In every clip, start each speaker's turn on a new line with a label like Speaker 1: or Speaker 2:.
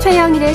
Speaker 1: 서울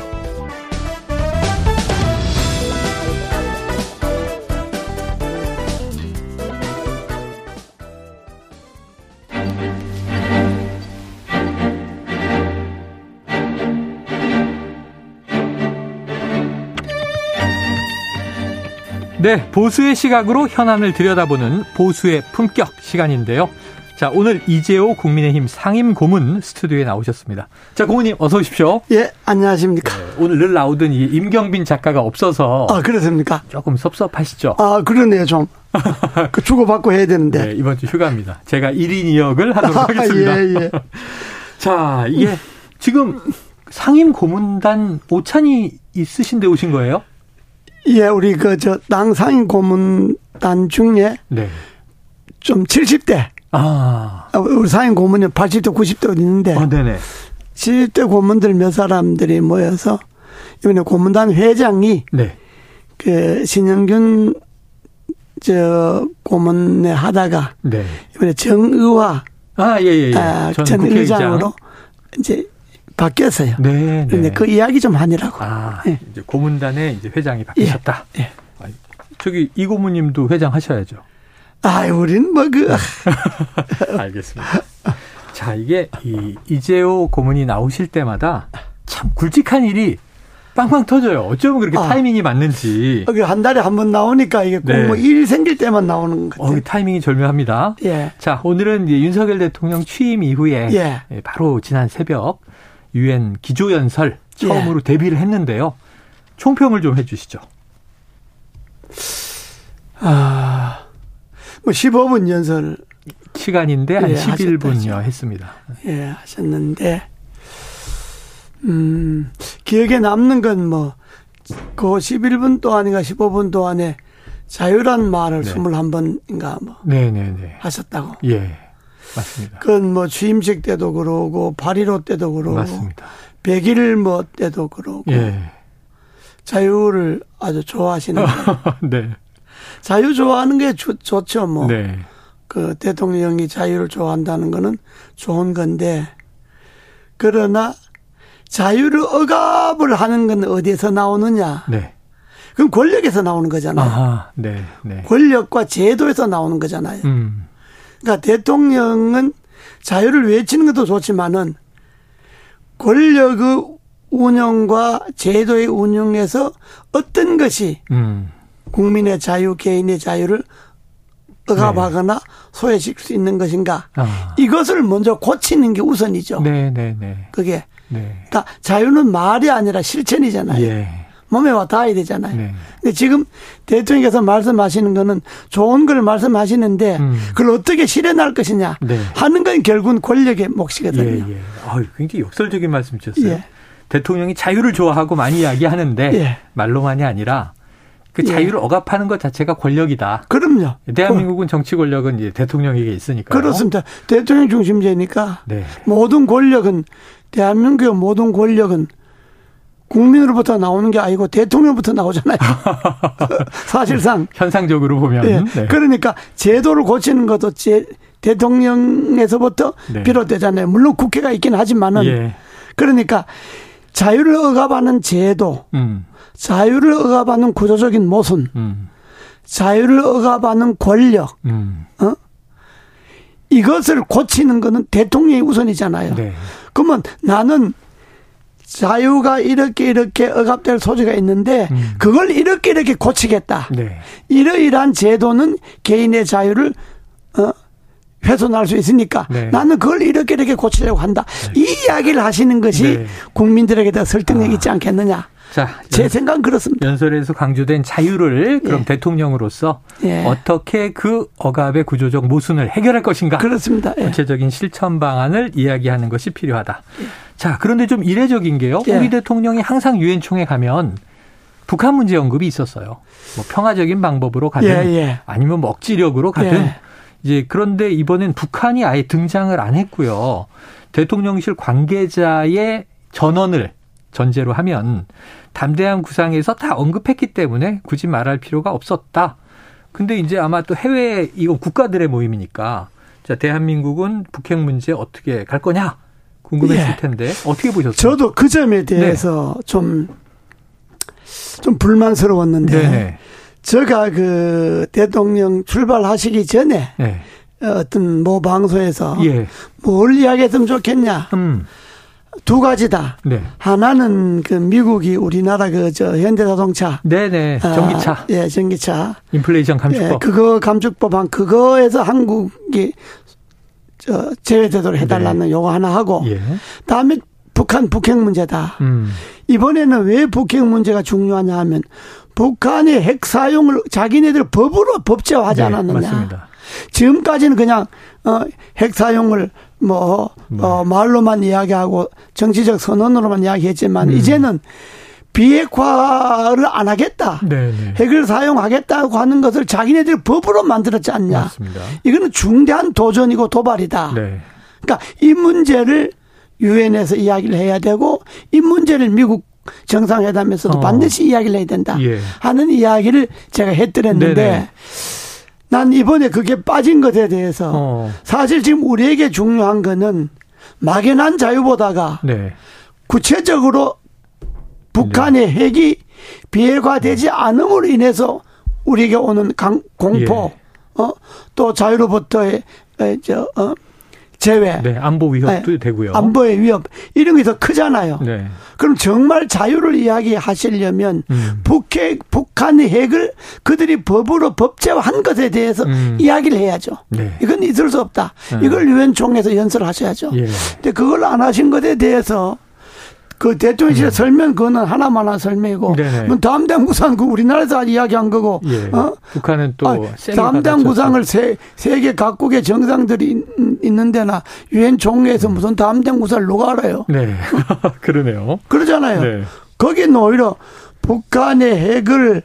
Speaker 2: 네, 보수의 시각으로 현안을 들여다보는 보수의 품격 시간인데요. 자, 오늘 이재호 국민의힘 상임 고문 스튜디오에 나오셨습니다. 자, 고문님 어서 오십시오.
Speaker 3: 예, 안녕하십니까.
Speaker 2: 오늘 늘 나오던 이 임경빈 작가가 없어서
Speaker 3: 아, 그러십니까?
Speaker 2: 조금 섭섭하시죠?
Speaker 3: 아, 그러네요, 좀. 그 주고받고 해야 되는데.
Speaker 2: 네, 이번 주 휴가입니다. 제가 1인 2역을 하도록 하겠습니다.
Speaker 3: 예, 예.
Speaker 2: 자, 이게 지금 상임 고문단 오찬이 있으신데 오신 거예요?
Speaker 3: 예, 우리 그, 저, 낭상인 고문단 중에
Speaker 2: 네.
Speaker 3: 좀 70대.
Speaker 2: 아,
Speaker 3: 우리 상인 고문이 80대, 90대가 있는데,
Speaker 2: 어, 네네.
Speaker 3: 70대 고문들 몇 사람들이 모여서, 이번에 고문단 회장이,
Speaker 2: 네.
Speaker 3: 그, 신영균, 저, 고문에 하다가,
Speaker 2: 네.
Speaker 3: 이번에 정의화,
Speaker 2: 아, 예, 예, 예.
Speaker 3: 아, 전,
Speaker 2: 국회의장.
Speaker 3: 의장으로, 이제, 바뀌었어요.
Speaker 2: 네,
Speaker 3: 근데
Speaker 2: 네.
Speaker 3: 그 이야기 좀 하느라고.
Speaker 2: 아,
Speaker 3: 예.
Speaker 2: 이제 고문단의 이제 회장이 바뀌셨다.
Speaker 3: 예.
Speaker 2: 아, 저기 이 고문님도 회장 하셔야죠.
Speaker 3: 아이, 우린 뭐
Speaker 2: 네.
Speaker 3: 그,
Speaker 2: 알겠습니다. 자, 이게 이 이재호 고문이 나오실 때마다 참 굵직한 일이 빵빵 터져요. 어쩌면 그렇게
Speaker 3: 아.
Speaker 2: 타이밍이 맞는지.
Speaker 3: 그 한 달에 한 번 나오니까 이게
Speaker 2: 네.
Speaker 3: 꼭뭐일 생길 때만 나오는 것
Speaker 2: 어,
Speaker 3: 같아요.
Speaker 2: 이 타이밍이 절묘합니다.
Speaker 3: 예.
Speaker 2: 자, 오늘은 이제 윤석열 대통령 취임 이후에
Speaker 3: 예.
Speaker 2: 예, 바로 지난 새벽 유엔 기조연설 처음으로
Speaker 3: 예.
Speaker 2: 데뷔를 했는데요. 총평을 좀 해주시죠.
Speaker 3: 아, 뭐 15분 연설,
Speaker 2: 시간인데 한
Speaker 3: 예,
Speaker 2: 11분여 했습니다.
Speaker 3: 예, 하셨는데, 음, 기억에 남는 건 뭐, 그 11분 동안인가 15분 동안에 자유란 말을
Speaker 2: 네.
Speaker 3: 21번인가 뭐
Speaker 2: 네네네.
Speaker 3: 하셨다고.
Speaker 2: 예. 맞습니다.
Speaker 3: 그건 뭐 취임식 때도 그러고, 8.15 때도 그러고,
Speaker 2: 맞습니다.
Speaker 3: 100일 뭐 때도 그러고,
Speaker 2: 예.
Speaker 3: 자유를 아주 좋아하시는
Speaker 2: 네.
Speaker 3: 자유 좋아하는 게 좋- 좋죠, 뭐.
Speaker 2: 네.
Speaker 3: 그 대통령이 자유를 좋아한다는 거는 좋은 건데, 그러나 자유를 억압을 하는 건 어디에서 나오느냐?
Speaker 2: 네.
Speaker 3: 그럼 권력에서 나오는 거잖아요.
Speaker 2: 아하. 네. 네.
Speaker 3: 권력과 제도에서 나오는 거잖아요.
Speaker 2: 음.
Speaker 3: 그러니까 대통령은 자유를 외치는 것도 좋지만은 권력의 운영과 제도의 운영에서 어떤 것이
Speaker 2: 음.
Speaker 3: 국민의 자유, 개인의 자유를 억압하거나
Speaker 2: 네.
Speaker 3: 소외시킬 수 있는 것인가.
Speaker 2: 아.
Speaker 3: 이것을 먼저 고치는 게 우선이죠.
Speaker 2: 네, 네, 네.
Speaker 3: 그게.
Speaker 2: 네.
Speaker 3: 다 자유는 말이 아니라 실천이잖아요.
Speaker 2: 예.
Speaker 3: 몸에 와 닿아야 되잖아요.
Speaker 2: 네.
Speaker 3: 근데 지금 대통령께서 말씀하시는 거는 좋은 걸 말씀하시는데
Speaker 2: 음.
Speaker 3: 그걸 어떻게 실현할 것이냐
Speaker 2: 네.
Speaker 3: 하는 건 결국은 권력의 몫이거든요.
Speaker 2: 예, 예. 아유, 굉장히 역설적인 말씀 주셨어요.
Speaker 3: 예.
Speaker 2: 대통령이 자유를 좋아하고 많이 이야기하는데
Speaker 3: 예.
Speaker 2: 말로만이 아니라 그
Speaker 3: 예.
Speaker 2: 자유를 억압하는 것 자체가 권력이다.
Speaker 3: 그럼요.
Speaker 2: 대한민국은 정치 권력은 이제 대통령에게 있으니까.
Speaker 3: 어. 그렇습니다. 대통령 중심제니까
Speaker 2: 네.
Speaker 3: 모든 권력은 대한민국의 모든 권력은 국민으로부터 나오는 게 아니고 대통령부터 나오잖아요. 사실상
Speaker 2: 현상적으로 보면
Speaker 3: 예.
Speaker 2: 네.
Speaker 3: 그러니까 제도를 고치는 것도 제, 대통령에서부터
Speaker 2: 네.
Speaker 3: 비롯되잖아요. 물론 국회가 있긴 하지만은
Speaker 2: 예.
Speaker 3: 그러니까 자유를 억압하는 제도,
Speaker 2: 음.
Speaker 3: 자유를 억압하는 구조적인 모순,
Speaker 2: 음.
Speaker 3: 자유를 억압하는 권력 어?
Speaker 2: 음.
Speaker 3: 이것을 고치는 거는 대통령의 우선이잖아요.
Speaker 2: 네.
Speaker 3: 그러면 나는 자유가 이렇게 이렇게 억압될 소지가 있는데
Speaker 2: 음.
Speaker 3: 그걸 이렇게 이렇게 고치겠다.
Speaker 2: 네.
Speaker 3: 이러이러한 제도는 개인의 자유를 어 훼손할 수 있으니까
Speaker 2: 네.
Speaker 3: 나는 그걸 이렇게 이렇게 고치려고 한다. 이 이야기를 하시는 것이
Speaker 2: 네.
Speaker 3: 국민들에게 더 설득력이
Speaker 2: 아. 네.
Speaker 3: 있지 않겠느냐.
Speaker 2: 자,
Speaker 3: 제 생각은 그렇습니다.
Speaker 2: 연설에서 강조된 자유를 그럼
Speaker 3: 예.
Speaker 2: 대통령으로서
Speaker 3: 예.
Speaker 2: 어떻게 그 억압의 구조적 모순을 해결할 것인가
Speaker 3: 그렇습니다. 예.
Speaker 2: 구체적인 실천 방안을 이야기하는 것이 필요하다. 자 그런데 좀 이례적인 게요.
Speaker 3: 예.
Speaker 2: 우리 대통령이 항상 유엔 총회 가면 북한 문제 언급이 있었어요. 뭐 평화적인 방법으로 가든
Speaker 3: 예, 예.
Speaker 2: 아니면 뭐 억지력으로 가든
Speaker 3: 예.
Speaker 2: 이제 그런데 이번엔 북한이 아예 등장을 안 했고요. 대통령실 관계자의 전원을 전제로 하면 담대한 구상에서 다 언급했기 때문에 굳이 말할 필요가 없었다. 근데 이제 아마 또 해외 이건 국가들의 모임이니까 자 대한민국은 북핵 문제 어떻게 갈 거냐 궁금했을
Speaker 3: 예.
Speaker 2: 텐데 어떻게 보셨어요?
Speaker 3: 저도 그 점에 대해서
Speaker 2: 네.
Speaker 3: 좀, 좀 불만스러웠는데,
Speaker 2: 네네.
Speaker 3: 제가 그 대통령 출발하시기 전에
Speaker 2: 네.
Speaker 3: 어떤 모 방송에서
Speaker 2: 예.
Speaker 3: 뭘 이야기했으면 좋겠냐.
Speaker 2: 음.
Speaker 3: 두 가지다.
Speaker 2: 네.
Speaker 3: 하나는 그 미국이 우리나라 그 저 현대자동차.
Speaker 2: 네네. 전기차
Speaker 3: 아, 예, 전기차.
Speaker 2: 인플레이션
Speaker 3: 예,
Speaker 2: 감축법.
Speaker 3: 그거 감축법 한 그거에서 한국이 저 제외되도록 해달라는 요거 하나 하고
Speaker 2: 네. 예.
Speaker 3: 다음에 북한 북핵 문제다.
Speaker 2: 음.
Speaker 3: 이번에는 왜 북핵 문제가 중요하냐 하면 북한의 핵 사용을 자기네들 법으로 법제화하지
Speaker 2: 네,
Speaker 3: 않았느냐.
Speaker 2: 맞습니다.
Speaker 3: 지금까지는 그냥 어, 핵 사용을 뭐
Speaker 2: 네.
Speaker 3: 어, 말로만 이야기하고 정치적 선언으로만 이야기했지만
Speaker 2: 음.
Speaker 3: 이제는 비핵화를 안 하겠다.
Speaker 2: 네네.
Speaker 3: 핵을 사용하겠다고 하는 것을 자기네들 법으로 만들었지 않냐.
Speaker 2: 맞습니다.
Speaker 3: 이거는 중대한 도전이고 도발이다.
Speaker 2: 네.
Speaker 3: 그러니까 이 문제를 유엔에서 이야기를 해야 되고 이 문제를 미국 정상회담에서도
Speaker 2: 어.
Speaker 3: 반드시 이야기를 해야 된다
Speaker 2: 예.
Speaker 3: 하는 이야기를 제가 했더랬는데
Speaker 2: 네네.
Speaker 3: 난 이번에 그게 빠진 것에 대해서
Speaker 2: 어.
Speaker 3: 사실 지금 우리에게 중요한 거는 막연한 자유보다가
Speaker 2: 네.
Speaker 3: 구체적으로 북한의 핵이 비핵화되지
Speaker 2: 네.
Speaker 3: 않음으로 인해서 우리에게 오는 강- 공포,
Speaker 2: 예.
Speaker 3: 어, 또 자유로부터의 에, 저, 어, 제외,
Speaker 2: 네. 안보 위협도
Speaker 3: 네.
Speaker 2: 되고요.
Speaker 3: 안보의 위협 이런 게 더 크잖아요.
Speaker 2: 네.
Speaker 3: 그럼 정말 자유를 이야기하시려면
Speaker 2: 음.
Speaker 3: 북핵 북한의 핵을 그들이 법으로 법제화한 것에 대해서
Speaker 2: 음.
Speaker 3: 이야기를 해야죠.
Speaker 2: 네.
Speaker 3: 이건 있을 수 없다.
Speaker 2: 음.
Speaker 3: 이걸 유엔 총회에서 연설을 하셔야죠.
Speaker 2: 예.
Speaker 3: 근데 그걸 안 하신 것에 대해서 그 대통령실의 설명 그거는 하나만한 설명이고
Speaker 2: 음. 네네.
Speaker 3: 뭐 다음 당구상 그 우리나라에서 이야기한 거고
Speaker 2: 예.
Speaker 3: 어?
Speaker 2: 북한은 또
Speaker 3: 아,
Speaker 2: 세게
Speaker 3: 다음
Speaker 2: 받아쳤죠.
Speaker 3: 당구상을 세, 세계 각국의 정상들이 있- 있는데나 유엔 총회에서 무슨 다음 당구상을 누가 알아요?
Speaker 2: 네. 그러네요.
Speaker 3: 그러잖아요.
Speaker 2: 네.
Speaker 3: 거기는 오히려 북한의 핵을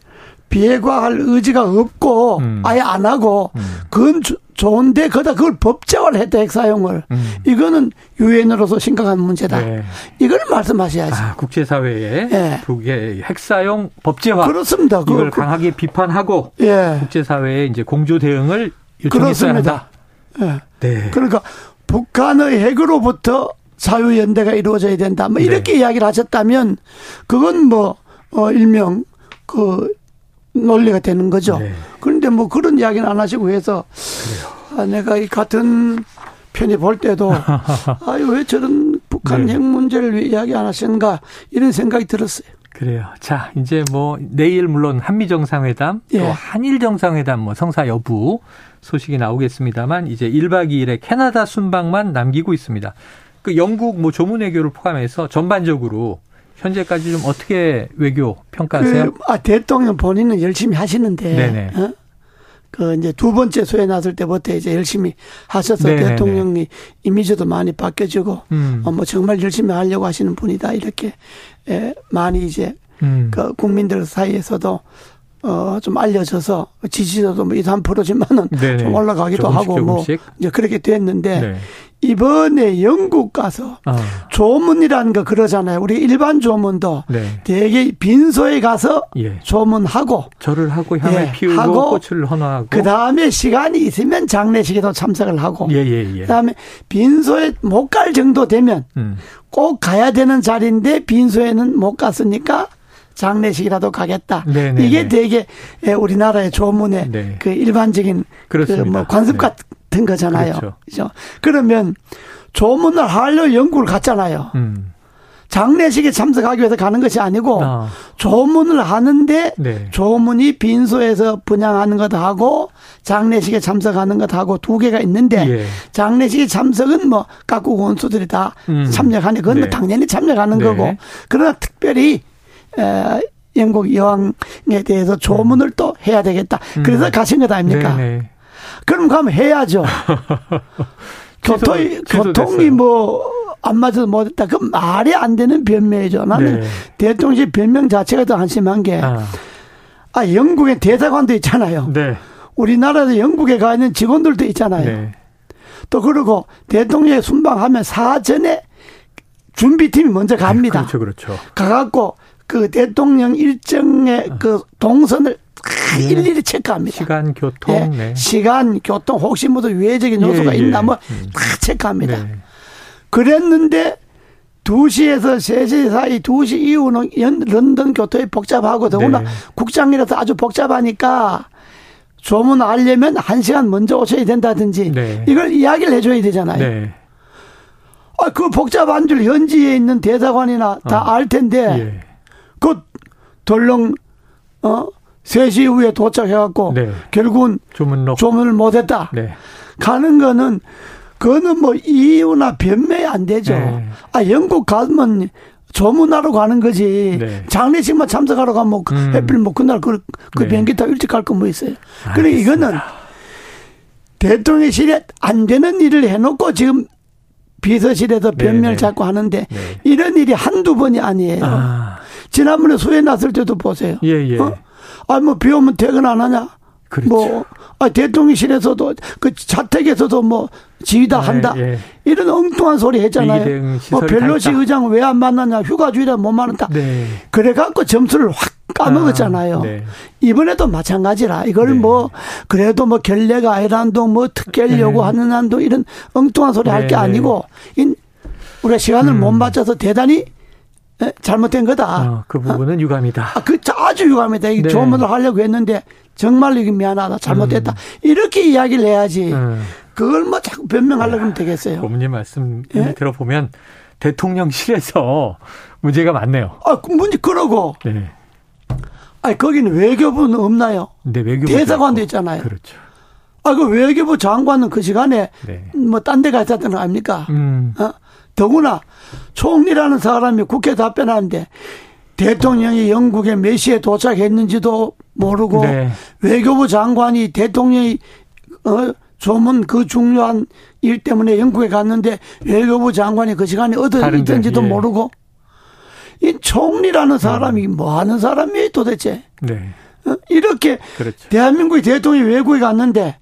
Speaker 3: 비핵화할 의지가 없고
Speaker 2: 음.
Speaker 3: 아예 안 하고
Speaker 2: 음.
Speaker 3: 그건 조- 좋은데 거다 그걸 법제화를 했다 핵 사용을
Speaker 2: 음.
Speaker 3: 이거는 유엔으로서 심각한 문제다.
Speaker 2: 네.
Speaker 3: 이걸 말씀하셔야지.
Speaker 2: 아, 국제사회의
Speaker 3: 예.
Speaker 2: 북의 핵사용 법제화
Speaker 3: 그렇습니다. 그-
Speaker 2: 아, 이걸
Speaker 3: 그-
Speaker 2: 강하게 비판하고
Speaker 3: 예.
Speaker 2: 국제사회의 이제 공조 대응을 요청했어야
Speaker 3: 그렇습니다.
Speaker 2: 한다.
Speaker 3: 예.
Speaker 2: 네.
Speaker 3: 그러니까 북한의 핵으로부터 자유 연대가 이루어져야 된다.
Speaker 2: 네.
Speaker 3: 뭐 이렇게 이야기를 하셨다면 그건 뭐 어, 일명 그 논리가 되는 거죠.
Speaker 2: 네.
Speaker 3: 그런데 뭐 그런 이야기는 안 하시고 해서 아, 내가 이 같은 편이 볼 때도 아유 왜 저런 북한
Speaker 2: 네.
Speaker 3: 핵 문제를 왜 이야기 안 하시는가 이런 생각이 들었어요.
Speaker 2: 그래요. 자, 이제 뭐 내일 물론 한미 정상회담
Speaker 3: 예.
Speaker 2: 또 한일 정상회담 뭐 성사 여부 소식이 나오겠습니다만 이제 1박 2일의 캐나다 순방만 남기고 있습니다. 그 영국 뭐 조문 외교를 포함해서 전반적으로 현재까지 좀 어떻게 외교 평가하세요?
Speaker 3: 그, 아 대통령 본인은 열심히 하시는데
Speaker 2: 네네.
Speaker 3: 어? 그 이제 두 번째 수에 나설 때부터 이제 열심히 하셔서
Speaker 2: 네네네.
Speaker 3: 대통령이 이미지도 많이 바뀌어지고
Speaker 2: 음.
Speaker 3: 어, 뭐 정말 열심히 하려고 하시는 분이다 이렇게 에, 많이 이제
Speaker 2: 음.
Speaker 3: 그 국민들 사이에서도 어, 좀 알려져서 지지도도 뭐 2, 3%지만은
Speaker 2: 네네.
Speaker 3: 좀 올라가기도
Speaker 2: 조금씩,
Speaker 3: 하고 뭐
Speaker 2: 조금씩.
Speaker 3: 이제 그렇게 됐는데
Speaker 2: 네.
Speaker 3: 이번에 영국 가서
Speaker 2: 아,
Speaker 3: 조문이라는 거 그러잖아요. 우리 일반 조문도
Speaker 2: 네.
Speaker 3: 대개 빈소에 가서
Speaker 2: 예.
Speaker 3: 조문하고
Speaker 2: 절을 하고 향을
Speaker 3: 예,
Speaker 2: 피우고
Speaker 3: 하고
Speaker 2: 꽃을 헌화하고
Speaker 3: 그 다음에 시간이 있으면 장례식에도 참석을 하고
Speaker 2: 예, 예, 예.
Speaker 3: 그 다음에 빈소에 못 갈 정도 되면
Speaker 2: 음.
Speaker 3: 꼭 가야 되는 자리인데 빈소에는 못 갔으니까 장례식이라도 가겠다.
Speaker 2: 네네네.
Speaker 3: 이게 되게 에, 우리나라의 조문의
Speaker 2: 네.
Speaker 3: 그 일반적인
Speaker 2: 그렇습니다.
Speaker 3: 그뭐
Speaker 2: 네.
Speaker 3: 관습 같은 거잖아요.
Speaker 2: 그렇죠.
Speaker 3: 그죠? 그러면 조문을 하려 영국을 갔잖아요.
Speaker 2: 음.
Speaker 3: 장례식에 참석하기 위해서 가는 것이 아니고
Speaker 2: 아.
Speaker 3: 조문을 하는데
Speaker 2: 네.
Speaker 3: 조문이 빈소에서 분양하는 것하고 장례식에 참석하는 것하고 두 개가 있는데
Speaker 2: 예.
Speaker 3: 장례식에 참석은 뭐 각국 원수들이 다
Speaker 2: 음.
Speaker 3: 참여하니 그건
Speaker 2: 네.
Speaker 3: 뭐 당연히 참여하는
Speaker 2: 네.
Speaker 3: 거고 그러나 특별히 에, 영국 여왕에 대해서 조문을 또 해야 되겠다. 그래서 가신 것 아닙니까?
Speaker 2: 음. 네, 네.
Speaker 3: 그럼 가면 해야죠. 교통이,
Speaker 2: 취소- 취소됐어요.
Speaker 3: 교통이 뭐, 안 맞아서 못했다. 그 말이 안 되는 변명이죠. 나는
Speaker 2: 네.
Speaker 3: 대통령실 변명 자체가 더 한심한 게, 아,
Speaker 2: 아.
Speaker 3: 영국의 대사관도 있잖아요.
Speaker 2: 네.
Speaker 3: 우리나라에서 영국에 가 있는 직원들도 예. 있잖아요.
Speaker 2: 네.
Speaker 3: 또 그러고 대통령의 순방하면 사전에 준비팀이 먼저 갑니다.
Speaker 2: 그렇죠, 그렇죠.
Speaker 3: 가갖고 그 대통령 일정의 그 동선을 다
Speaker 2: 네.
Speaker 3: 일일이 체크합니다.
Speaker 2: 시간, 교통,
Speaker 3: 예,
Speaker 2: 네.
Speaker 3: 시간, 교통, 혹시 모두 유해적인 요소가
Speaker 2: 예, 예.
Speaker 3: 있나 뭐 다
Speaker 2: 음.
Speaker 3: 체크합니다.
Speaker 2: 네.
Speaker 3: 그랬는데 2시에서 3시 사이 2시 이후는 연- 런던 교통이 복잡하고 더구나
Speaker 2: 네.
Speaker 3: 국장이라서 아주 복잡하니까 소문 알려면 1시간 먼저 오셔야 된다든지
Speaker 2: 네.
Speaker 3: 이걸 이야기를 해줘야 되잖아요.
Speaker 2: 네.
Speaker 3: 아, 그 복잡한 줄 현지에 있는 대사관이나 다
Speaker 2: 어.
Speaker 3: 알 텐데
Speaker 2: 예.
Speaker 3: 그 덜렁 어 3시 이후에 도착해갖고
Speaker 2: 네.
Speaker 3: 결국은
Speaker 2: 조문록.
Speaker 3: 조문을 못했다.
Speaker 2: 네.
Speaker 3: 가는 거는 그거는 뭐 이유나 변명이 안 되죠.
Speaker 2: 네.
Speaker 3: 아 영국 가면 조문하러 가는 거지.
Speaker 2: 네.
Speaker 3: 장례식만 참석하러 가면 뭐
Speaker 2: 음.
Speaker 3: 해필 뭐 그날 그, 그
Speaker 2: 네.
Speaker 3: 비행기 타고 일찍 갈 건 뭐 있어요. 그러니까
Speaker 2: 알겠습니다.
Speaker 3: 이거는 대통령실에 안 되는 일을 해놓고 지금 비서실에서
Speaker 2: 네.
Speaker 3: 변명을 자꾸 하는데
Speaker 2: 네.
Speaker 3: 이런 일이 한두 번이 아니에요.
Speaker 2: 아,
Speaker 3: 지난번에 소에 났을 때도 보세요.
Speaker 2: 예, 예.
Speaker 3: 어? 아, 뭐, 비 오면 퇴근 안 하냐?
Speaker 2: 그렇죠.
Speaker 3: 뭐, 아, 대통령실에서도, 그 자택에서도 뭐,
Speaker 2: 예,
Speaker 3: 지휘다 한다.
Speaker 2: 예.
Speaker 3: 이런 엉뚱한 소리
Speaker 2: 미대응
Speaker 3: 했잖아요. 뭐,
Speaker 2: 시설이
Speaker 3: 벨로시
Speaker 2: 닳다.
Speaker 3: 의장 왜 안 만나냐? 휴가 주일에 못 만났다.
Speaker 2: 네.
Speaker 3: 그래갖고 점수를 확 까먹었잖아요.
Speaker 2: 아, 네.
Speaker 3: 이번에도 마찬가지라. 이걸
Speaker 2: 네.
Speaker 3: 뭐, 그래도 뭐, 결례가 아니란동, 뭐, 특결 요구하는 한동, 이런 엉뚱한 소리 할 게
Speaker 2: 네. 음.
Speaker 3: 아니고, 인, 우리가 시간을 못 맞춰서 대단히 에, 잘못된 거다.
Speaker 2: 어, 그 부분은 유감이다.
Speaker 3: 아, 그 아주 유감이다. 이
Speaker 2: 네.
Speaker 3: 조문을 하려고 했는데 정말로 이게 미안하다. 잘못됐다. 이렇게 이야기를 해야지.
Speaker 2: 음.
Speaker 3: 그걸 뭐 자꾸 변명하려고 하면 되겠어요.
Speaker 2: 고모님 말씀
Speaker 3: 예?
Speaker 2: 들어보면 대통령실에서 문제가 많네요.
Speaker 3: 아, 그 문제 그러고.
Speaker 2: 네.
Speaker 3: 아, 거기는 외교부는 없나요?
Speaker 2: 근데 외교부
Speaker 3: 대사관도 있잖아요.
Speaker 2: 그렇죠.
Speaker 3: 아, 그 외교부 장관은 그 시간에
Speaker 2: 네.
Speaker 3: 뭐 딴 데 가있었던거 아닙니까?
Speaker 2: 음.
Speaker 3: 어? 더구나 총리라는 사람이 국회 답변하는데 대통령이 영국에 몇 시에 도착했는지도 모르고
Speaker 2: 네.
Speaker 3: 외교부 장관이 대통령이 어, 조문 그 중요한 일 때문에 영국에 갔는데 외교부 장관이 그 시간에 어디
Speaker 2: 다른데,
Speaker 3: 있던지도
Speaker 2: 예.
Speaker 3: 모르고 이 총리라는 사람이
Speaker 2: 음.
Speaker 3: 뭐 하는 사람이에요 도대체
Speaker 2: 네.
Speaker 3: 어? 이렇게
Speaker 2: 그렇죠.
Speaker 3: 대한민국의 대통령이 외국에 갔는데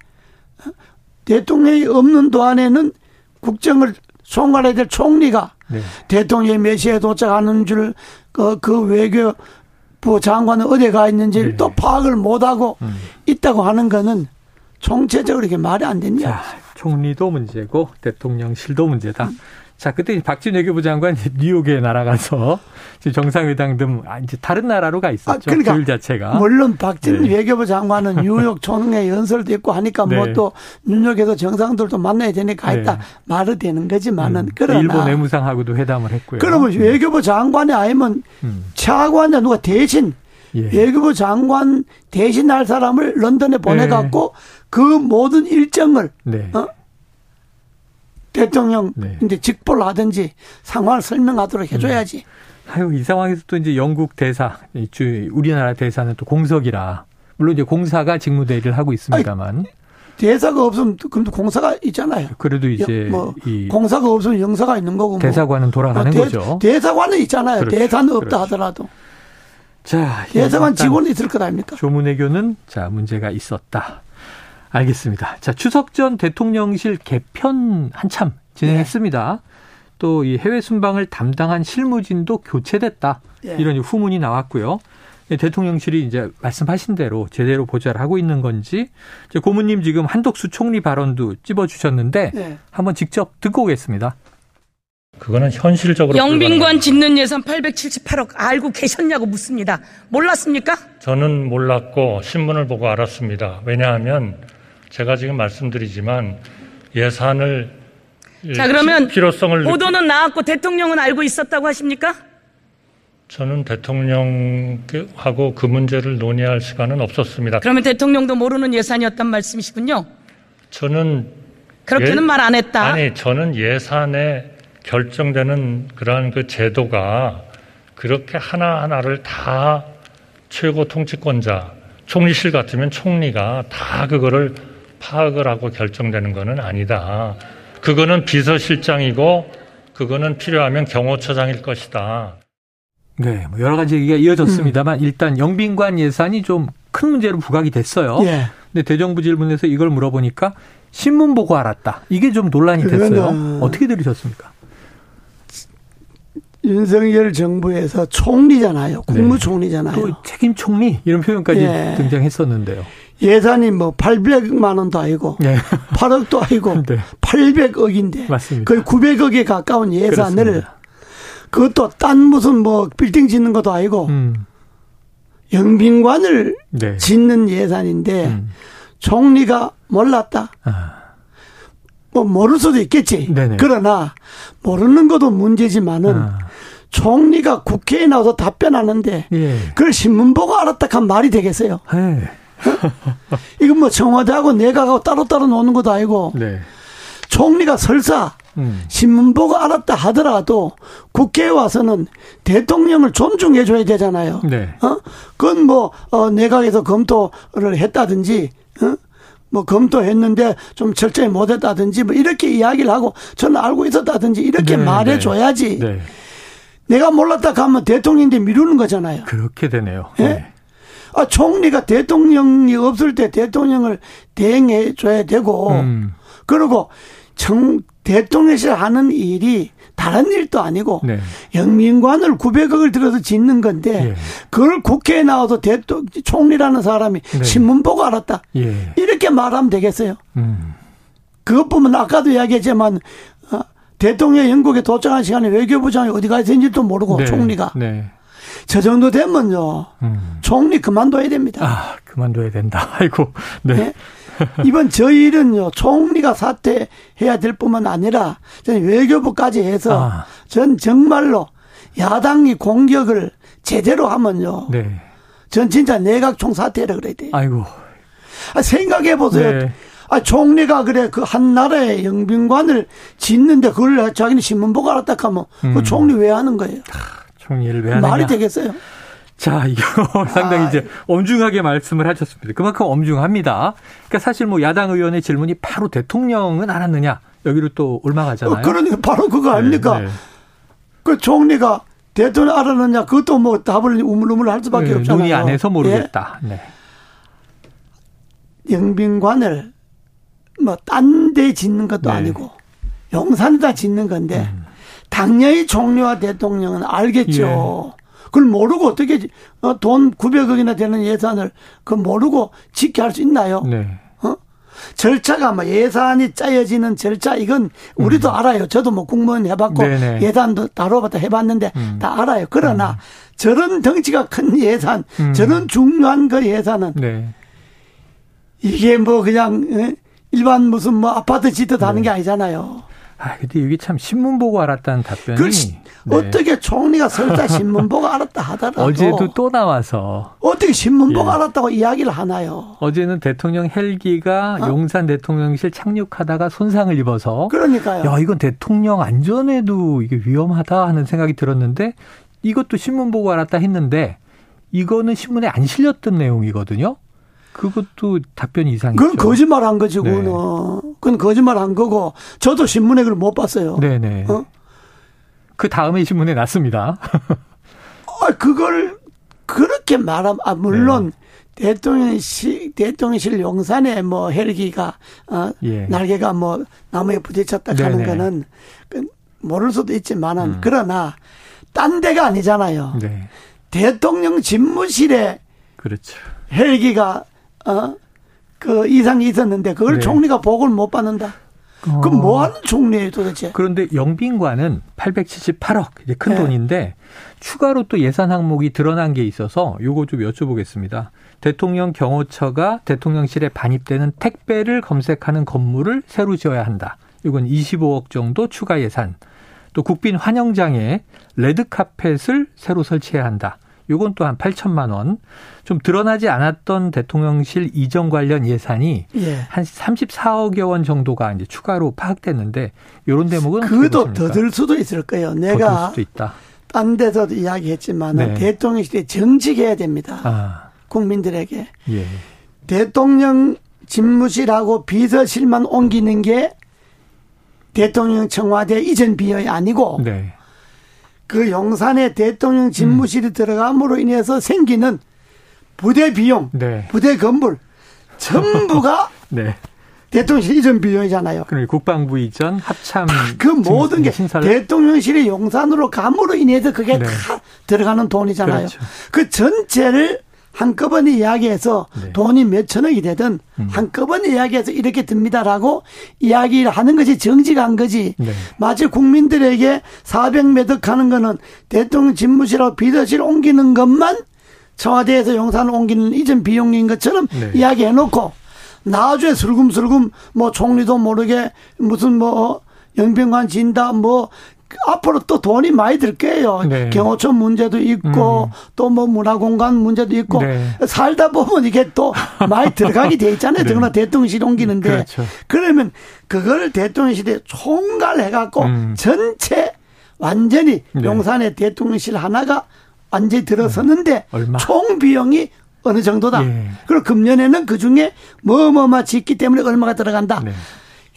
Speaker 3: 어? 대통령이 없는 동안에는 국정을 총괄해야 될 총리가
Speaker 2: 네.
Speaker 3: 대통령이 몇 시에 도착하는 줄, 그, 그 외교부 장관은 어디에 가 있는지를
Speaker 2: 네.
Speaker 3: 또 파악을 못하고
Speaker 2: 음.
Speaker 3: 있다고 하는 거는 총체적으로 이게 말이 안
Speaker 2: 자,
Speaker 3: 됩니다.
Speaker 2: 총리도 문제고 대통령실도 문제다. 자, 그때 박진 외교부 장관이 뉴욕에 날아가서 지금 정상회담 등 아, 이제 다른 나라로 가 있었죠.
Speaker 3: 아, 그러니까
Speaker 2: 교일 자체가.
Speaker 3: 물론 박진
Speaker 2: 네.
Speaker 3: 외교부 장관은 뉴욕 총회 연설도 있고 하니까
Speaker 2: 네.
Speaker 3: 뭐 또 뉴욕에서 정상들도 만나야 되니까
Speaker 2: 네.
Speaker 3: 있다 말이 되는 거지만은
Speaker 2: 음,
Speaker 3: 그러나
Speaker 2: 일본 외무상하고도 회담을 했고요. 예.
Speaker 3: 그러면 외교부 장관이 아니면
Speaker 2: 음,
Speaker 3: 차관이나 누가 대신
Speaker 2: 예.
Speaker 3: 외교부 장관 대신할 사람을 런던에 보내갖고 그 모든 일정을
Speaker 2: 네.
Speaker 3: 어? 대통령
Speaker 2: 네. 음.
Speaker 3: 이제 직보를 하든지 상황을 설명하도록 해줘야지.
Speaker 2: 아유, 이 상황에서 또 이제 영국 대사, 이주 우리나라 대사는 또 공석이라. 물론 이제 공사가 직무대리를 하고 있습니다만.
Speaker 3: 대사가 없으면 또 그럼 또 공사가 있잖아요.
Speaker 2: 그래도 이제
Speaker 3: 여- 뭐
Speaker 2: 이
Speaker 3: 공사가 없으면 영사가 있는 거고. 뭐.
Speaker 2: 대사관은 돌아가는
Speaker 3: 어, 대-
Speaker 2: 거죠.
Speaker 3: 대사관은 있잖아요.
Speaker 2: 그렇죠.
Speaker 3: 대사는 없다
Speaker 2: 그렇죠.
Speaker 3: 하더라도
Speaker 2: 자, 예,
Speaker 3: 대사관
Speaker 2: 일단
Speaker 3: 직원은 있을 것 아닙니까?
Speaker 2: 조문외교는 자, 문제가 있었다. 알겠습니다. 자, 추석 전 대통령실 개편 한참 진행했습니다. 또 이 해외 순방을 담당한 실무진도 교체됐다.
Speaker 3: 예.
Speaker 2: 이런 후문이 나왔고요. 예, 대통령실이 이제 말씀하신 대로 제대로 보좌를 하고 있는 건지 이제 고모님 지금 한덕수 총리 발언도 찝어주셨는데
Speaker 3: 네.
Speaker 2: 한번 직접 듣고 오겠습니다.
Speaker 4: 그거는 현실적으로 불가능합니다.
Speaker 5: 영빈관 짓는 예산 878억 알고 계셨냐고 묻습니다. 몰랐습니까?
Speaker 4: 저는 몰랐고 신문을 보고 알았습니다. 왜냐하면 제가 지금 말씀드리지만 예산을
Speaker 5: 자 그러면
Speaker 4: 필요성을 느끼-
Speaker 5: 보도는 나왔고 대통령은 알고 있었다고 하십니까?
Speaker 4: 저는 대통령하고 그 문제를 논의할 시간은 없었습니다.
Speaker 5: 그러면 대통령도 모르는 예산이었단 말씀이시군요.
Speaker 4: 저는
Speaker 5: 그렇게는
Speaker 4: 예-
Speaker 5: 말 안 했다.
Speaker 4: 아니 저는 예산에 결정되는 그러한 그 제도가 그렇게 하나하나를 다 최고 통치권자 총리실 같으면 총리가 다 그거를 파악을 하고 결정되는 거는 아니다. 그거는 비서실장이고 그거는 필요하면 경호처장일 것이다.
Speaker 2: 네, 뭐 여러 가지 얘기가 이어졌습니다만
Speaker 3: 음.
Speaker 2: 일단 영빈관 예산이 좀 큰 문제로 부각이 됐어요.
Speaker 3: 예.
Speaker 2: 근데 대정부 질문에서 이걸 물어보니까 신문 보고 알았다. 이게 좀 논란이 됐어요.
Speaker 3: 그거는-
Speaker 2: 어떻게 들으셨습니까?
Speaker 3: 윤석열 정부에서 총리잖아요. 국무총리잖아요.
Speaker 2: 네. 또 책임 총리 이런 표현까지
Speaker 3: 예.
Speaker 2: 등장했었는데요.
Speaker 3: 예산이 뭐 800만 원도 아니고
Speaker 2: 예.
Speaker 3: 8억도 아니고
Speaker 2: 네.
Speaker 3: 800억인데
Speaker 2: 맞습니다.
Speaker 3: 거의 900억에 가까운 예산을
Speaker 2: 그렇습니다.
Speaker 3: 그것도딴 무슨 뭐 빌딩 짓는 것도 아니고
Speaker 2: 음.
Speaker 3: 영빈관을
Speaker 2: 네.
Speaker 3: 짓는 예산인데
Speaker 2: 음.
Speaker 3: 총리가 몰랐다.
Speaker 2: 아,
Speaker 3: 뭐 모를 수도 있겠지.
Speaker 2: 네네.
Speaker 3: 그러나 모르는 것도 문제지만은
Speaker 2: 아.
Speaker 3: 총리가 국회에 나와서 답변하는데
Speaker 2: 예.
Speaker 3: 그걸 신문 보고 알았다 한 말이 되겠어요.
Speaker 2: 예.
Speaker 3: 이건 뭐 청와대하고 내각하고 따로따로 노는 것도 아니고
Speaker 2: 네.
Speaker 3: 총리가 설사
Speaker 2: 음.
Speaker 3: 신문 보고 알았다 하더라도 국회에 와서는 대통령을 존중해 줘야 되잖아요.
Speaker 2: 네.
Speaker 3: 어? 그건 뭐 어, 내각에서 검토를 했다든지 어? 뭐 검토했는데 좀 철저히 못했다든지 뭐 이렇게 이야기를 하고 저는 알고 있었다든지 이렇게
Speaker 2: 네,
Speaker 3: 말해 줘야지
Speaker 2: 네. 네.
Speaker 3: 내가 몰랐다 하면 대통령인데 미루는 거잖아요.
Speaker 2: 그렇게 되네요.
Speaker 3: 예?
Speaker 2: 네.
Speaker 3: 아, 총리가 대통령이 없을 때 대통령을 대행해 줘야 되고
Speaker 2: 음.
Speaker 3: 그리고 정 대통령실 하는 일이 다른 일도 아니고
Speaker 2: 네.
Speaker 3: 영민관을 900억을 들여서 짓는 건데
Speaker 2: 예.
Speaker 3: 그걸 국회에 나와서 대통령 총리라는 사람이
Speaker 2: 네.
Speaker 3: 신문 보고 알았다
Speaker 2: 예.
Speaker 3: 이렇게 말하면 되겠어요.
Speaker 2: 음.
Speaker 3: 그것뿐만 아까도 이야기했지만 어, 대통령 영국에 도착한 시간에 외교부장이 어디 가 있는지도 모르고
Speaker 2: 네.
Speaker 3: 뭐, 총리가
Speaker 2: 네.
Speaker 3: 저 정도 되면요
Speaker 2: 음.
Speaker 3: 총리 그만둬야 됩니다.
Speaker 2: 아, 그만둬야 된다. 아이고. 네.
Speaker 3: 네? 이번 저희 일은요 총리가 사퇴해야 될 뿐만 아니라 저는 외교부까지 해서
Speaker 2: 아.
Speaker 3: 전 정말로 야당이 공격을 제대로 하면요
Speaker 2: 네.
Speaker 3: 전 진짜 내각 총 사퇴를 그래야 돼요.
Speaker 2: 아이고.
Speaker 3: 아, 생각해 보세요.
Speaker 2: 네.
Speaker 3: 아, 총리가 그래 그 한 나라의 영빈관을 짓는데 그걸 자기는 신문 보고 알았다 하면 그 총리 왜 하는 거예요?
Speaker 2: 총리를 음. 왜 하느냐.
Speaker 3: 말이 되겠어요?
Speaker 2: 자, 이거
Speaker 3: 아,
Speaker 2: 상당히
Speaker 3: 예.
Speaker 2: 이제 엄중하게 말씀을 하셨습니다. 그만큼 엄중합니다. 그러니까 사실 뭐 야당 의원의 질문이 바로 대통령은 알았느냐. 여기로 또 올라가잖아요.
Speaker 3: 어, 그러니까 바로 그거 아닙니까?
Speaker 2: 네, 네.
Speaker 3: 그 총리가 대통령 알았느냐 그것도 뭐 답을 우물우물 할 수밖에
Speaker 2: 네,
Speaker 3: 없잖아요.
Speaker 2: 눈이 안 해서 모르겠다. 네.
Speaker 3: 예? 영빈관을 뭐 딴 데 짓는 것도
Speaker 2: 네. 음.
Speaker 3: 아니고 용산에다 짓는 건데 당연히 총리와 대통령은
Speaker 2: 예.
Speaker 3: 알겠죠. 그걸 모르고 어떻게 어, 돈 900억이나 되는 예산을 그 모르고 짓게 할 수 있나요?
Speaker 2: 네.
Speaker 3: 어? 절차가 뭐 예산이 짜여지는 절차 이건 우리도 알아요. 저도 뭐 국무원 해봤고
Speaker 2: 음. 네네. 음.
Speaker 3: 예산도 다뤄봤다 해봤는데 다 알아요. 그러나 저런 덩치가 큰 예산,
Speaker 2: 음.
Speaker 3: 저런 중요한 그 예산은
Speaker 2: 네.
Speaker 3: 이게 뭐 그냥 예? 일반 무슨 뭐 아파트 짓듯
Speaker 2: 네.
Speaker 3: 하는 게 아니잖아요.
Speaker 2: 아, 근데 이게 참 신문 보고 알았다는 답변이
Speaker 3: 그걸 시-
Speaker 2: 네.
Speaker 3: 어떻게 총리가 설사 신문 보고 알았다 하더라도
Speaker 2: 어제도 또 나와서
Speaker 3: 어떻게 신문 보고
Speaker 2: 예.
Speaker 3: 알았다고 이야기를 하나요?
Speaker 2: 어제는 대통령 헬기가 용산 대통령실 착륙하다가 손상을 입어서
Speaker 3: 아. 그러니까요.
Speaker 2: 야, 이건 대통령 안전에도 이게 위험하다 하는 생각이 들었는데 이것도 신문 보고 알았다 했는데 이거는 신문에 안 실렸던 내용이거든요. 그것도 답변이 이상했죠.
Speaker 3: 그건 거짓말 한 거지,
Speaker 2: 네.
Speaker 3: 그거는. 그건 거짓말 한 거고, 저도 신문에 그걸 못 봤어요.
Speaker 2: 네네.
Speaker 3: 어?
Speaker 2: 그 다음에 신문에 났습니다.
Speaker 3: 아, 그걸 그렇게 말하면, 아, 물론,
Speaker 2: 예.
Speaker 3: 대통령실, 대통령실 용산에 뭐 헬기가, 어,
Speaker 2: 예.
Speaker 3: 날개가 뭐 나무에 부딪혔다 하는
Speaker 2: 네네. 음.
Speaker 3: 거는 그 모를 수도 있지만은, 그러나, 딴 데가 아니잖아요.
Speaker 2: 네.
Speaker 3: 대통령 집무실에
Speaker 2: 그렇죠.
Speaker 3: 헬기가, 어, 그 이상이 있었는데, 그걸
Speaker 2: 네. 어.
Speaker 3: 총리가 보고를 못 받는다. 그럼 뭐 하는 총리예요 도대체?
Speaker 2: 그런데 영빈관은 878억 이제 큰
Speaker 3: 그렇죠. 네.
Speaker 2: 돈인데 추가로 또 예산 항목이 드러난 게 있어서 요거 좀 여쭤보겠습니다. 대통령 경호처가 대통령실에 반입되는 택배를 검색하는 건물을 새로 지어야 한다. 이건 25억 정도 추가 예산. 또 국빈 환영장에 레드 카펫을 새로 설치해야 한다. 요건 또 한 8천만 원. 좀 드러나지 않았던 대통령실 이전 관련 예산이
Speaker 3: 예.
Speaker 2: 한 34억여 원 정도가 이제 추가로 파악됐는데 이런 대목은 어떻게
Speaker 3: 그도
Speaker 2: 보십니까?
Speaker 3: 더 들 수도 있을 거예요.
Speaker 2: 더들
Speaker 3: 내가
Speaker 2: 수도 있다.
Speaker 3: 딴 데서도 이야기했지만
Speaker 2: 네.
Speaker 3: 대통령실이 정직해야 됩니다.
Speaker 2: 아,
Speaker 3: 국민들에게
Speaker 2: 예.
Speaker 3: 대통령 집무실하고 비서실만 옮기는 게 대통령 청와대 이전 비용이 아니고
Speaker 2: 네. 음.
Speaker 3: 그 용산에 대통령 집무실이 들어감으로 인해서 생기는 부대 비용,
Speaker 2: 네.
Speaker 3: 부대 건물 전부가
Speaker 2: 네.
Speaker 3: 대통령실 이전 비용이잖아요.
Speaker 2: 그럼 국방부 이전 합참
Speaker 3: 그
Speaker 2: 증-
Speaker 3: 모든 게
Speaker 2: 신설-
Speaker 3: 대통령실의 용산으로 감으로 인해서 그게
Speaker 2: 네.
Speaker 3: 다 들어가는 돈이잖아요.
Speaker 2: 그렇죠.
Speaker 3: 그 전체를 한꺼번에 이야기해서
Speaker 2: 네. 음.
Speaker 3: 돈이 몇천억이 되든 한꺼번에 이야기해서 이렇게 듭니다라고 이야기를 하는 것이 정직한 거지.
Speaker 2: 네.
Speaker 3: 마치 국민들에게 400m 가는 거는 대통령 집무실하고 비서실 옮기는 것만 청와대에서 용산 옮기는 이전 비용인 것처럼
Speaker 2: 네.
Speaker 3: 이야기해 놓고 나중에 슬금슬금 뭐 총리도 모르게 무슨 뭐 영병관 진다 뭐 앞으로 또 돈이 많이 들 거예요.
Speaker 2: 네. 음.
Speaker 3: 경호처 문제도 있고 또 뭐 문화공간 문제도 있고
Speaker 2: 네.
Speaker 3: 살다 보면 이게 또 많이 들어가게 돼 있잖아요.
Speaker 2: 네.
Speaker 3: 더구나 대통령실 옮기는데
Speaker 2: 그렇죠.
Speaker 3: 그러면 그거를 대통령실에 총괄해갖고
Speaker 2: 음.
Speaker 3: 전체 완전히
Speaker 2: 네.
Speaker 3: 용산의 대통령실 하나가 완전히 들어섰는데
Speaker 2: 음. 얼마?
Speaker 3: 총 비용이 어느 정도다.
Speaker 2: 예.
Speaker 3: 그리고 금년에는 그 중에 뭐뭐마 짓기 때문에 얼마가 들어간다.
Speaker 2: 네. 아.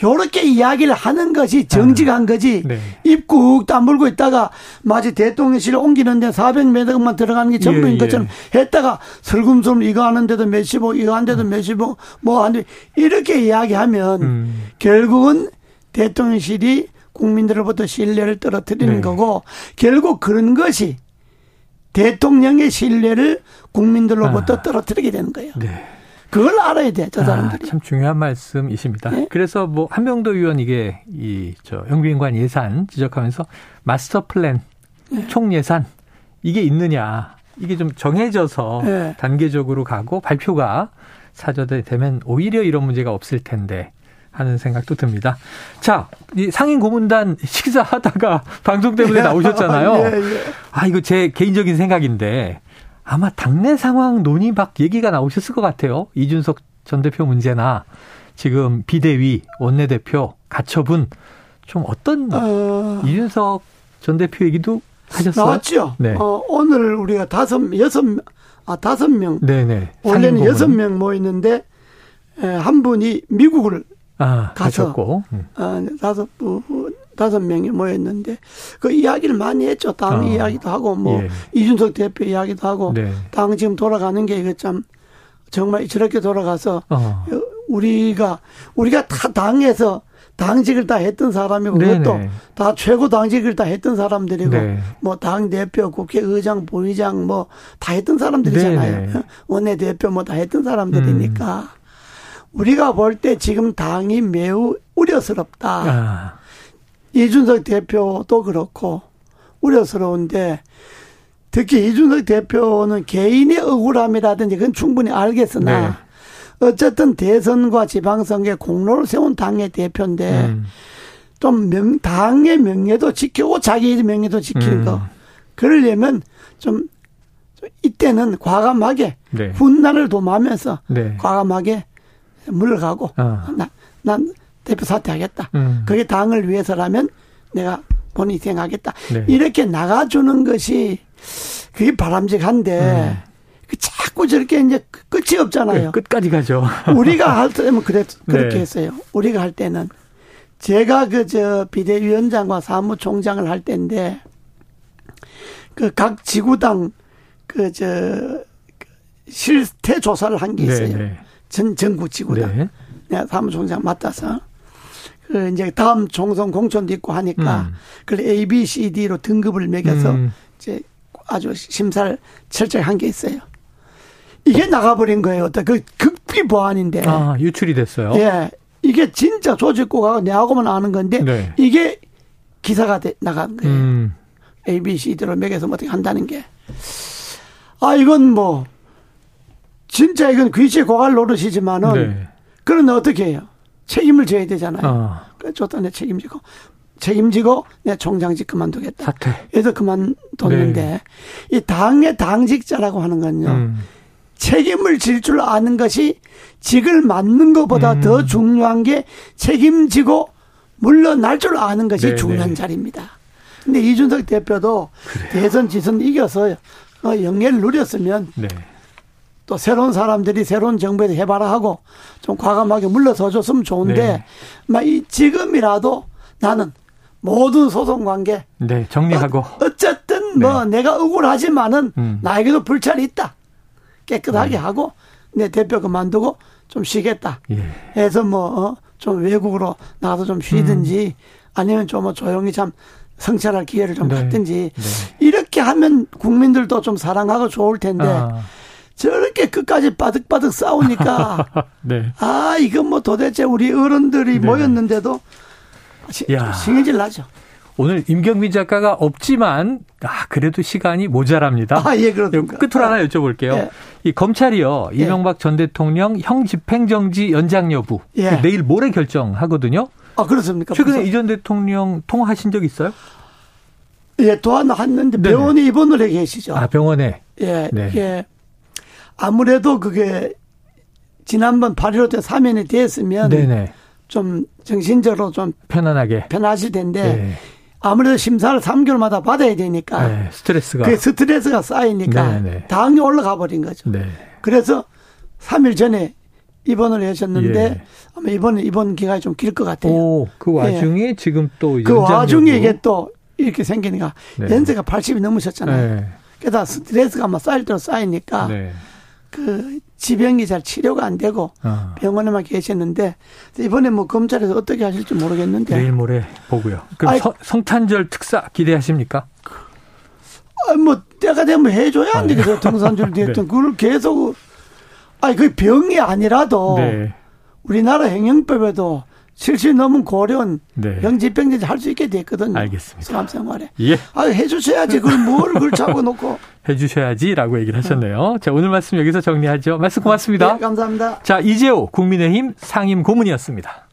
Speaker 3: 요렇게 이야기를 하는 것이 정직한 거지.
Speaker 2: 네.
Speaker 3: 입국 다 물고 있다가 마치 대통령실 옮기는데 400m만 들어가는 게
Speaker 2: 예,
Speaker 3: 전부인
Speaker 2: 예.
Speaker 3: 것처럼 했다가 슬금슬금 이거 하는데도 몇십억, 이거 하는데도 몇십억, 뭐 하는데 이렇게 이야기하면
Speaker 2: 음.
Speaker 3: 결국은 대통령실이 국민들로부터 신뢰를 떨어뜨리는
Speaker 2: 네.
Speaker 3: 거고 결국 그런 것이 대통령의 신뢰를 국민들로부터
Speaker 2: 아.
Speaker 3: 떨어뜨리게 되는 거예요.
Speaker 2: 네.
Speaker 3: 그걸 알아야 돼, 저
Speaker 2: 아,
Speaker 3: 사람들이.
Speaker 2: 참 중요한 말씀이십니다.
Speaker 3: 네?
Speaker 2: 그래서 뭐 한명도 의원 이게 이 저 영빈관 예산 지적하면서 마스터 플랜
Speaker 3: 네.
Speaker 2: 총 예산 이게 있느냐 이게 좀 정해져서
Speaker 3: 네.
Speaker 2: 단계적으로 가고 발표가 사저대 되면 오히려 이런 문제가 없을 텐데 하는 생각도 듭니다. 자, 이 상인 고문단 식사하다가 방송 때문에 나오셨잖아요.
Speaker 3: 네. 예, 예.
Speaker 2: 아, 이거 제 개인적인 생각인데 아마 당내 상황 논의 막 얘기가 나오셨을 것 같아요. 이준석 전 대표 문제나 지금 비대위, 원내대표, 가처분 좀 어떤
Speaker 3: 어,
Speaker 2: 이준석 전 대표 얘기도 하셨어요?
Speaker 3: 나왔죠.
Speaker 2: 네.
Speaker 3: 어, 오늘 우리가 다섯, 여섯, 아, 다섯 명.
Speaker 2: 네네.
Speaker 3: 원래는
Speaker 2: 상임고문.
Speaker 3: 여섯 명 모였는데, 에, 한 분이 미국을
Speaker 2: 아,
Speaker 3: 가서.
Speaker 2: 가셨고. 음.
Speaker 3: 어, 다섯 분, 다섯 명이 모였는데, 그 이야기를 많이 했죠. 당
Speaker 2: 아.
Speaker 3: 이야기도 하고, 뭐,
Speaker 2: 예.
Speaker 3: 이준석 대표 이야기도 하고,
Speaker 2: 네.
Speaker 3: 당 지금 돌아가는 게 이거 참, 정말 저렇게 돌아가서,
Speaker 2: 어.
Speaker 3: 어, 우리가, 우리가 다 당에서 당직을 다 했던 사람이고, 그것도
Speaker 2: 네네.
Speaker 3: 다 최고 당직을 다 했던 사람들이고,
Speaker 2: 네.
Speaker 3: 뭐 당 대표, 국회의장, 부의장 뭐 다 했던 사람들이잖아요.
Speaker 2: 네네. 음.
Speaker 3: 원내 대표 뭐 다 했던 사람들이니까 우리가 볼 때 지금 당이 매우 우려스럽다.
Speaker 2: 아,
Speaker 3: 이준석 대표도 그렇고 우려스러운데 특히 이준석 대표는 개인의 억울함이라든지 그건 충분히 알겠으나
Speaker 2: 네.
Speaker 3: 어쨌든 대선과 지방선거에 공로를 세운 당의 대표인데
Speaker 2: 음.
Speaker 3: 좀 명, 당의 명예도 지키고 자기 명예도 지키는
Speaker 2: 음.
Speaker 3: 거. 그러려면 좀, 좀 이때는 과감하게
Speaker 2: 네.
Speaker 3: 분란을 도모하면서
Speaker 2: 네.
Speaker 3: 과감하게 물러가고
Speaker 2: 아.
Speaker 3: 나, 난 대표 사퇴하겠다.
Speaker 2: 음.
Speaker 3: 그게 당을 위해서라면 내가 본인 희생하겠다.
Speaker 2: 네.
Speaker 3: 이렇게 나가주는 것이 그게 바람직한데 그 자꾸 저렇게 이제 끝이 없잖아요.
Speaker 2: 네. 끝까지 가죠.
Speaker 3: 우리가 할 때는 그래, 그렇게
Speaker 2: 네.
Speaker 3: 했어요. 우리가 할 때는. 제가 그 저 비대위원장과 사무총장을 할 때인데, 그 각 지구당 그 저 실태 조사를 한 게 있어요.
Speaker 2: 네.
Speaker 3: 전, 전국 지구당.
Speaker 2: 네.
Speaker 3: 내가 사무총장 맡아서. 그 이제 다음 총선 공천도 있고 하니까,
Speaker 2: 음.
Speaker 3: 그걸 A, B, C, D로 등급을 매겨서
Speaker 2: 음.
Speaker 3: 이제 아주 심사를 철저히 한 게 있어요. 이게 나가버린 거예요. 어떤 그 극비 보안인데.
Speaker 2: 아, 유출이 됐어요.
Speaker 3: 예. 이게 진짜 조직국하고 내하고만 아는 건데
Speaker 2: 네.
Speaker 3: 이게 기사가 돼- 나간 거예요.
Speaker 2: 음.
Speaker 3: A, B, C, D로 매겨서 뭐 어떻게 한다는 게. 아, 이건 뭐, 진짜 이건 귀체 고갈 노릇이지만은,
Speaker 2: 네.
Speaker 3: 그런데 어떻게 해요? 책임을 져야 되잖아요.
Speaker 2: 아,
Speaker 3: 그래, 좋다, 내 책임지고. 책임지고, 내 총장직 그만두겠다.
Speaker 2: 사퇴. 네.
Speaker 3: 그래서 그만뒀는데, 이 당의 당직자라고 하는 건요,
Speaker 2: 음.
Speaker 3: 책임을 질 줄 아는 것이 직을 맡는 것보다
Speaker 2: 음.
Speaker 3: 더 중요한 게 책임지고 물러날 줄 아는 것이
Speaker 2: 네네.
Speaker 3: 중요한 자리입니다. 근데 이준석 대표도 대선 지선 이겨서 어, 영예를 누렸으면
Speaker 2: 네.
Speaker 3: 또 새로운 사람들이 새로운 정부에서 해봐라 하고 좀 과감하게 물러서 줬으면 좋은데
Speaker 2: 네.
Speaker 3: 막이 지금이라도 나는 모든 소송 관계
Speaker 2: 네, 정리하고. 네.
Speaker 3: 어, 어쨌든 뭐 내가 억울하지만은
Speaker 2: 음.
Speaker 3: 나에게도 불찰이 있다. 깨끗하게 하고 내 대표 그만두고 좀 쉬겠다.
Speaker 2: 예.
Speaker 3: 해서 뭐 어, 좀 외국으로 나가서 좀 쉬든지 아니면 좀뭐 조용히 참 성찰할 기회를 좀
Speaker 2: 음. 네.
Speaker 3: 갖든지 이렇게 하면 국민들도 좀 사랑하고 좋을 텐데
Speaker 2: 아,
Speaker 3: 저렇게 끝까지 바득바득 싸우니까
Speaker 2: 네.
Speaker 3: 아 이건 뭐 도대체 우리 어른들이 모였는데도 시-
Speaker 2: 야.
Speaker 3: 신경질 나죠.
Speaker 2: 오늘 임경민 작가가 없지만 아 그래도 시간이 모자랍니다.
Speaker 3: 아 예
Speaker 2: 그리고
Speaker 3: 그렇습니다.
Speaker 2: 끝으로
Speaker 3: 아,
Speaker 2: 하나 여쭤볼게요.
Speaker 3: 예.
Speaker 2: 이 검찰이요 이명박 전 대통령 형 집행정지 연장 여부
Speaker 3: 예.
Speaker 2: 그 내일 모레 결정하거든요.
Speaker 3: 아 그렇습니까?
Speaker 2: 최근에
Speaker 3: 벌써-
Speaker 2: 이 전 대통령 통화하신 적 있어요?
Speaker 3: 예 도와놨는데
Speaker 2: 네네.
Speaker 3: 병원에 입원을 해 계시죠.
Speaker 2: 아 병원에
Speaker 3: 예,
Speaker 2: 네.
Speaker 3: 이게 아무래도 그게 지난번 8.15 때 사면이 됐으면
Speaker 2: 네네
Speaker 3: 좀 정신적으로 좀
Speaker 2: 편안하게
Speaker 3: 편하실 텐데
Speaker 2: 예.
Speaker 3: 아무래도 심사를 3개월마다 네. 받아야 되니까
Speaker 2: 예, 스트레스가
Speaker 3: 그게 스트레스가 쌓이니까
Speaker 2: 네네.
Speaker 3: 당이 올라가 버린 거죠.
Speaker 2: 네.
Speaker 3: 그래서 3일 전에 입원을 하셨는데
Speaker 2: 예.
Speaker 3: 아마 이번 입원 기간이 좀 길 것 같아요.
Speaker 2: 오그 와중에 지금 또
Speaker 3: 예. 그
Speaker 2: 연장
Speaker 3: 와중에
Speaker 2: 여부.
Speaker 3: 이게 또 이렇게 생기니까
Speaker 2: 네.
Speaker 3: 연세가 80이 넘으셨잖아요.
Speaker 2: 네.
Speaker 3: 게다가 스트레스가 막 쌓일 대로 쌓이니까
Speaker 2: 네.
Speaker 3: 그 지병이 잘 치료가 안 되고
Speaker 2: 아.
Speaker 3: 병원에만 계셨는데 이번에 뭐 검찰에서 어떻게 하실지 모르겠는데
Speaker 2: 내일 모레 보고요. 그럼
Speaker 3: 예. 아이.
Speaker 2: 서- 성탄절 특사 기대하십니까?
Speaker 3: 아, 뭐 때가 되면 해줘야 안 되겠어요 동산주를
Speaker 2: 아, 네.
Speaker 3: 했던 그걸 계속 아니 그 병이 아니라도
Speaker 2: 네.
Speaker 3: 우리나라 행정법에도 70 넘은 고려는
Speaker 2: 네.
Speaker 3: 영집병자지 할 수 있게 됐거든요.
Speaker 2: 알겠습니다.
Speaker 3: 사람생활에.
Speaker 2: 예.
Speaker 3: 아 해주셔야지 그걸 뭘 그걸 차고 놓고.
Speaker 2: 해주셔야지라고 얘기를 하셨네요. 자 오늘
Speaker 3: 네,
Speaker 2: 말씀 여기서 정리하죠. 말씀 고맙습니다.
Speaker 3: 예, 감사합니다.
Speaker 2: 자 이재호 국민의힘 상임 고문이었습니다.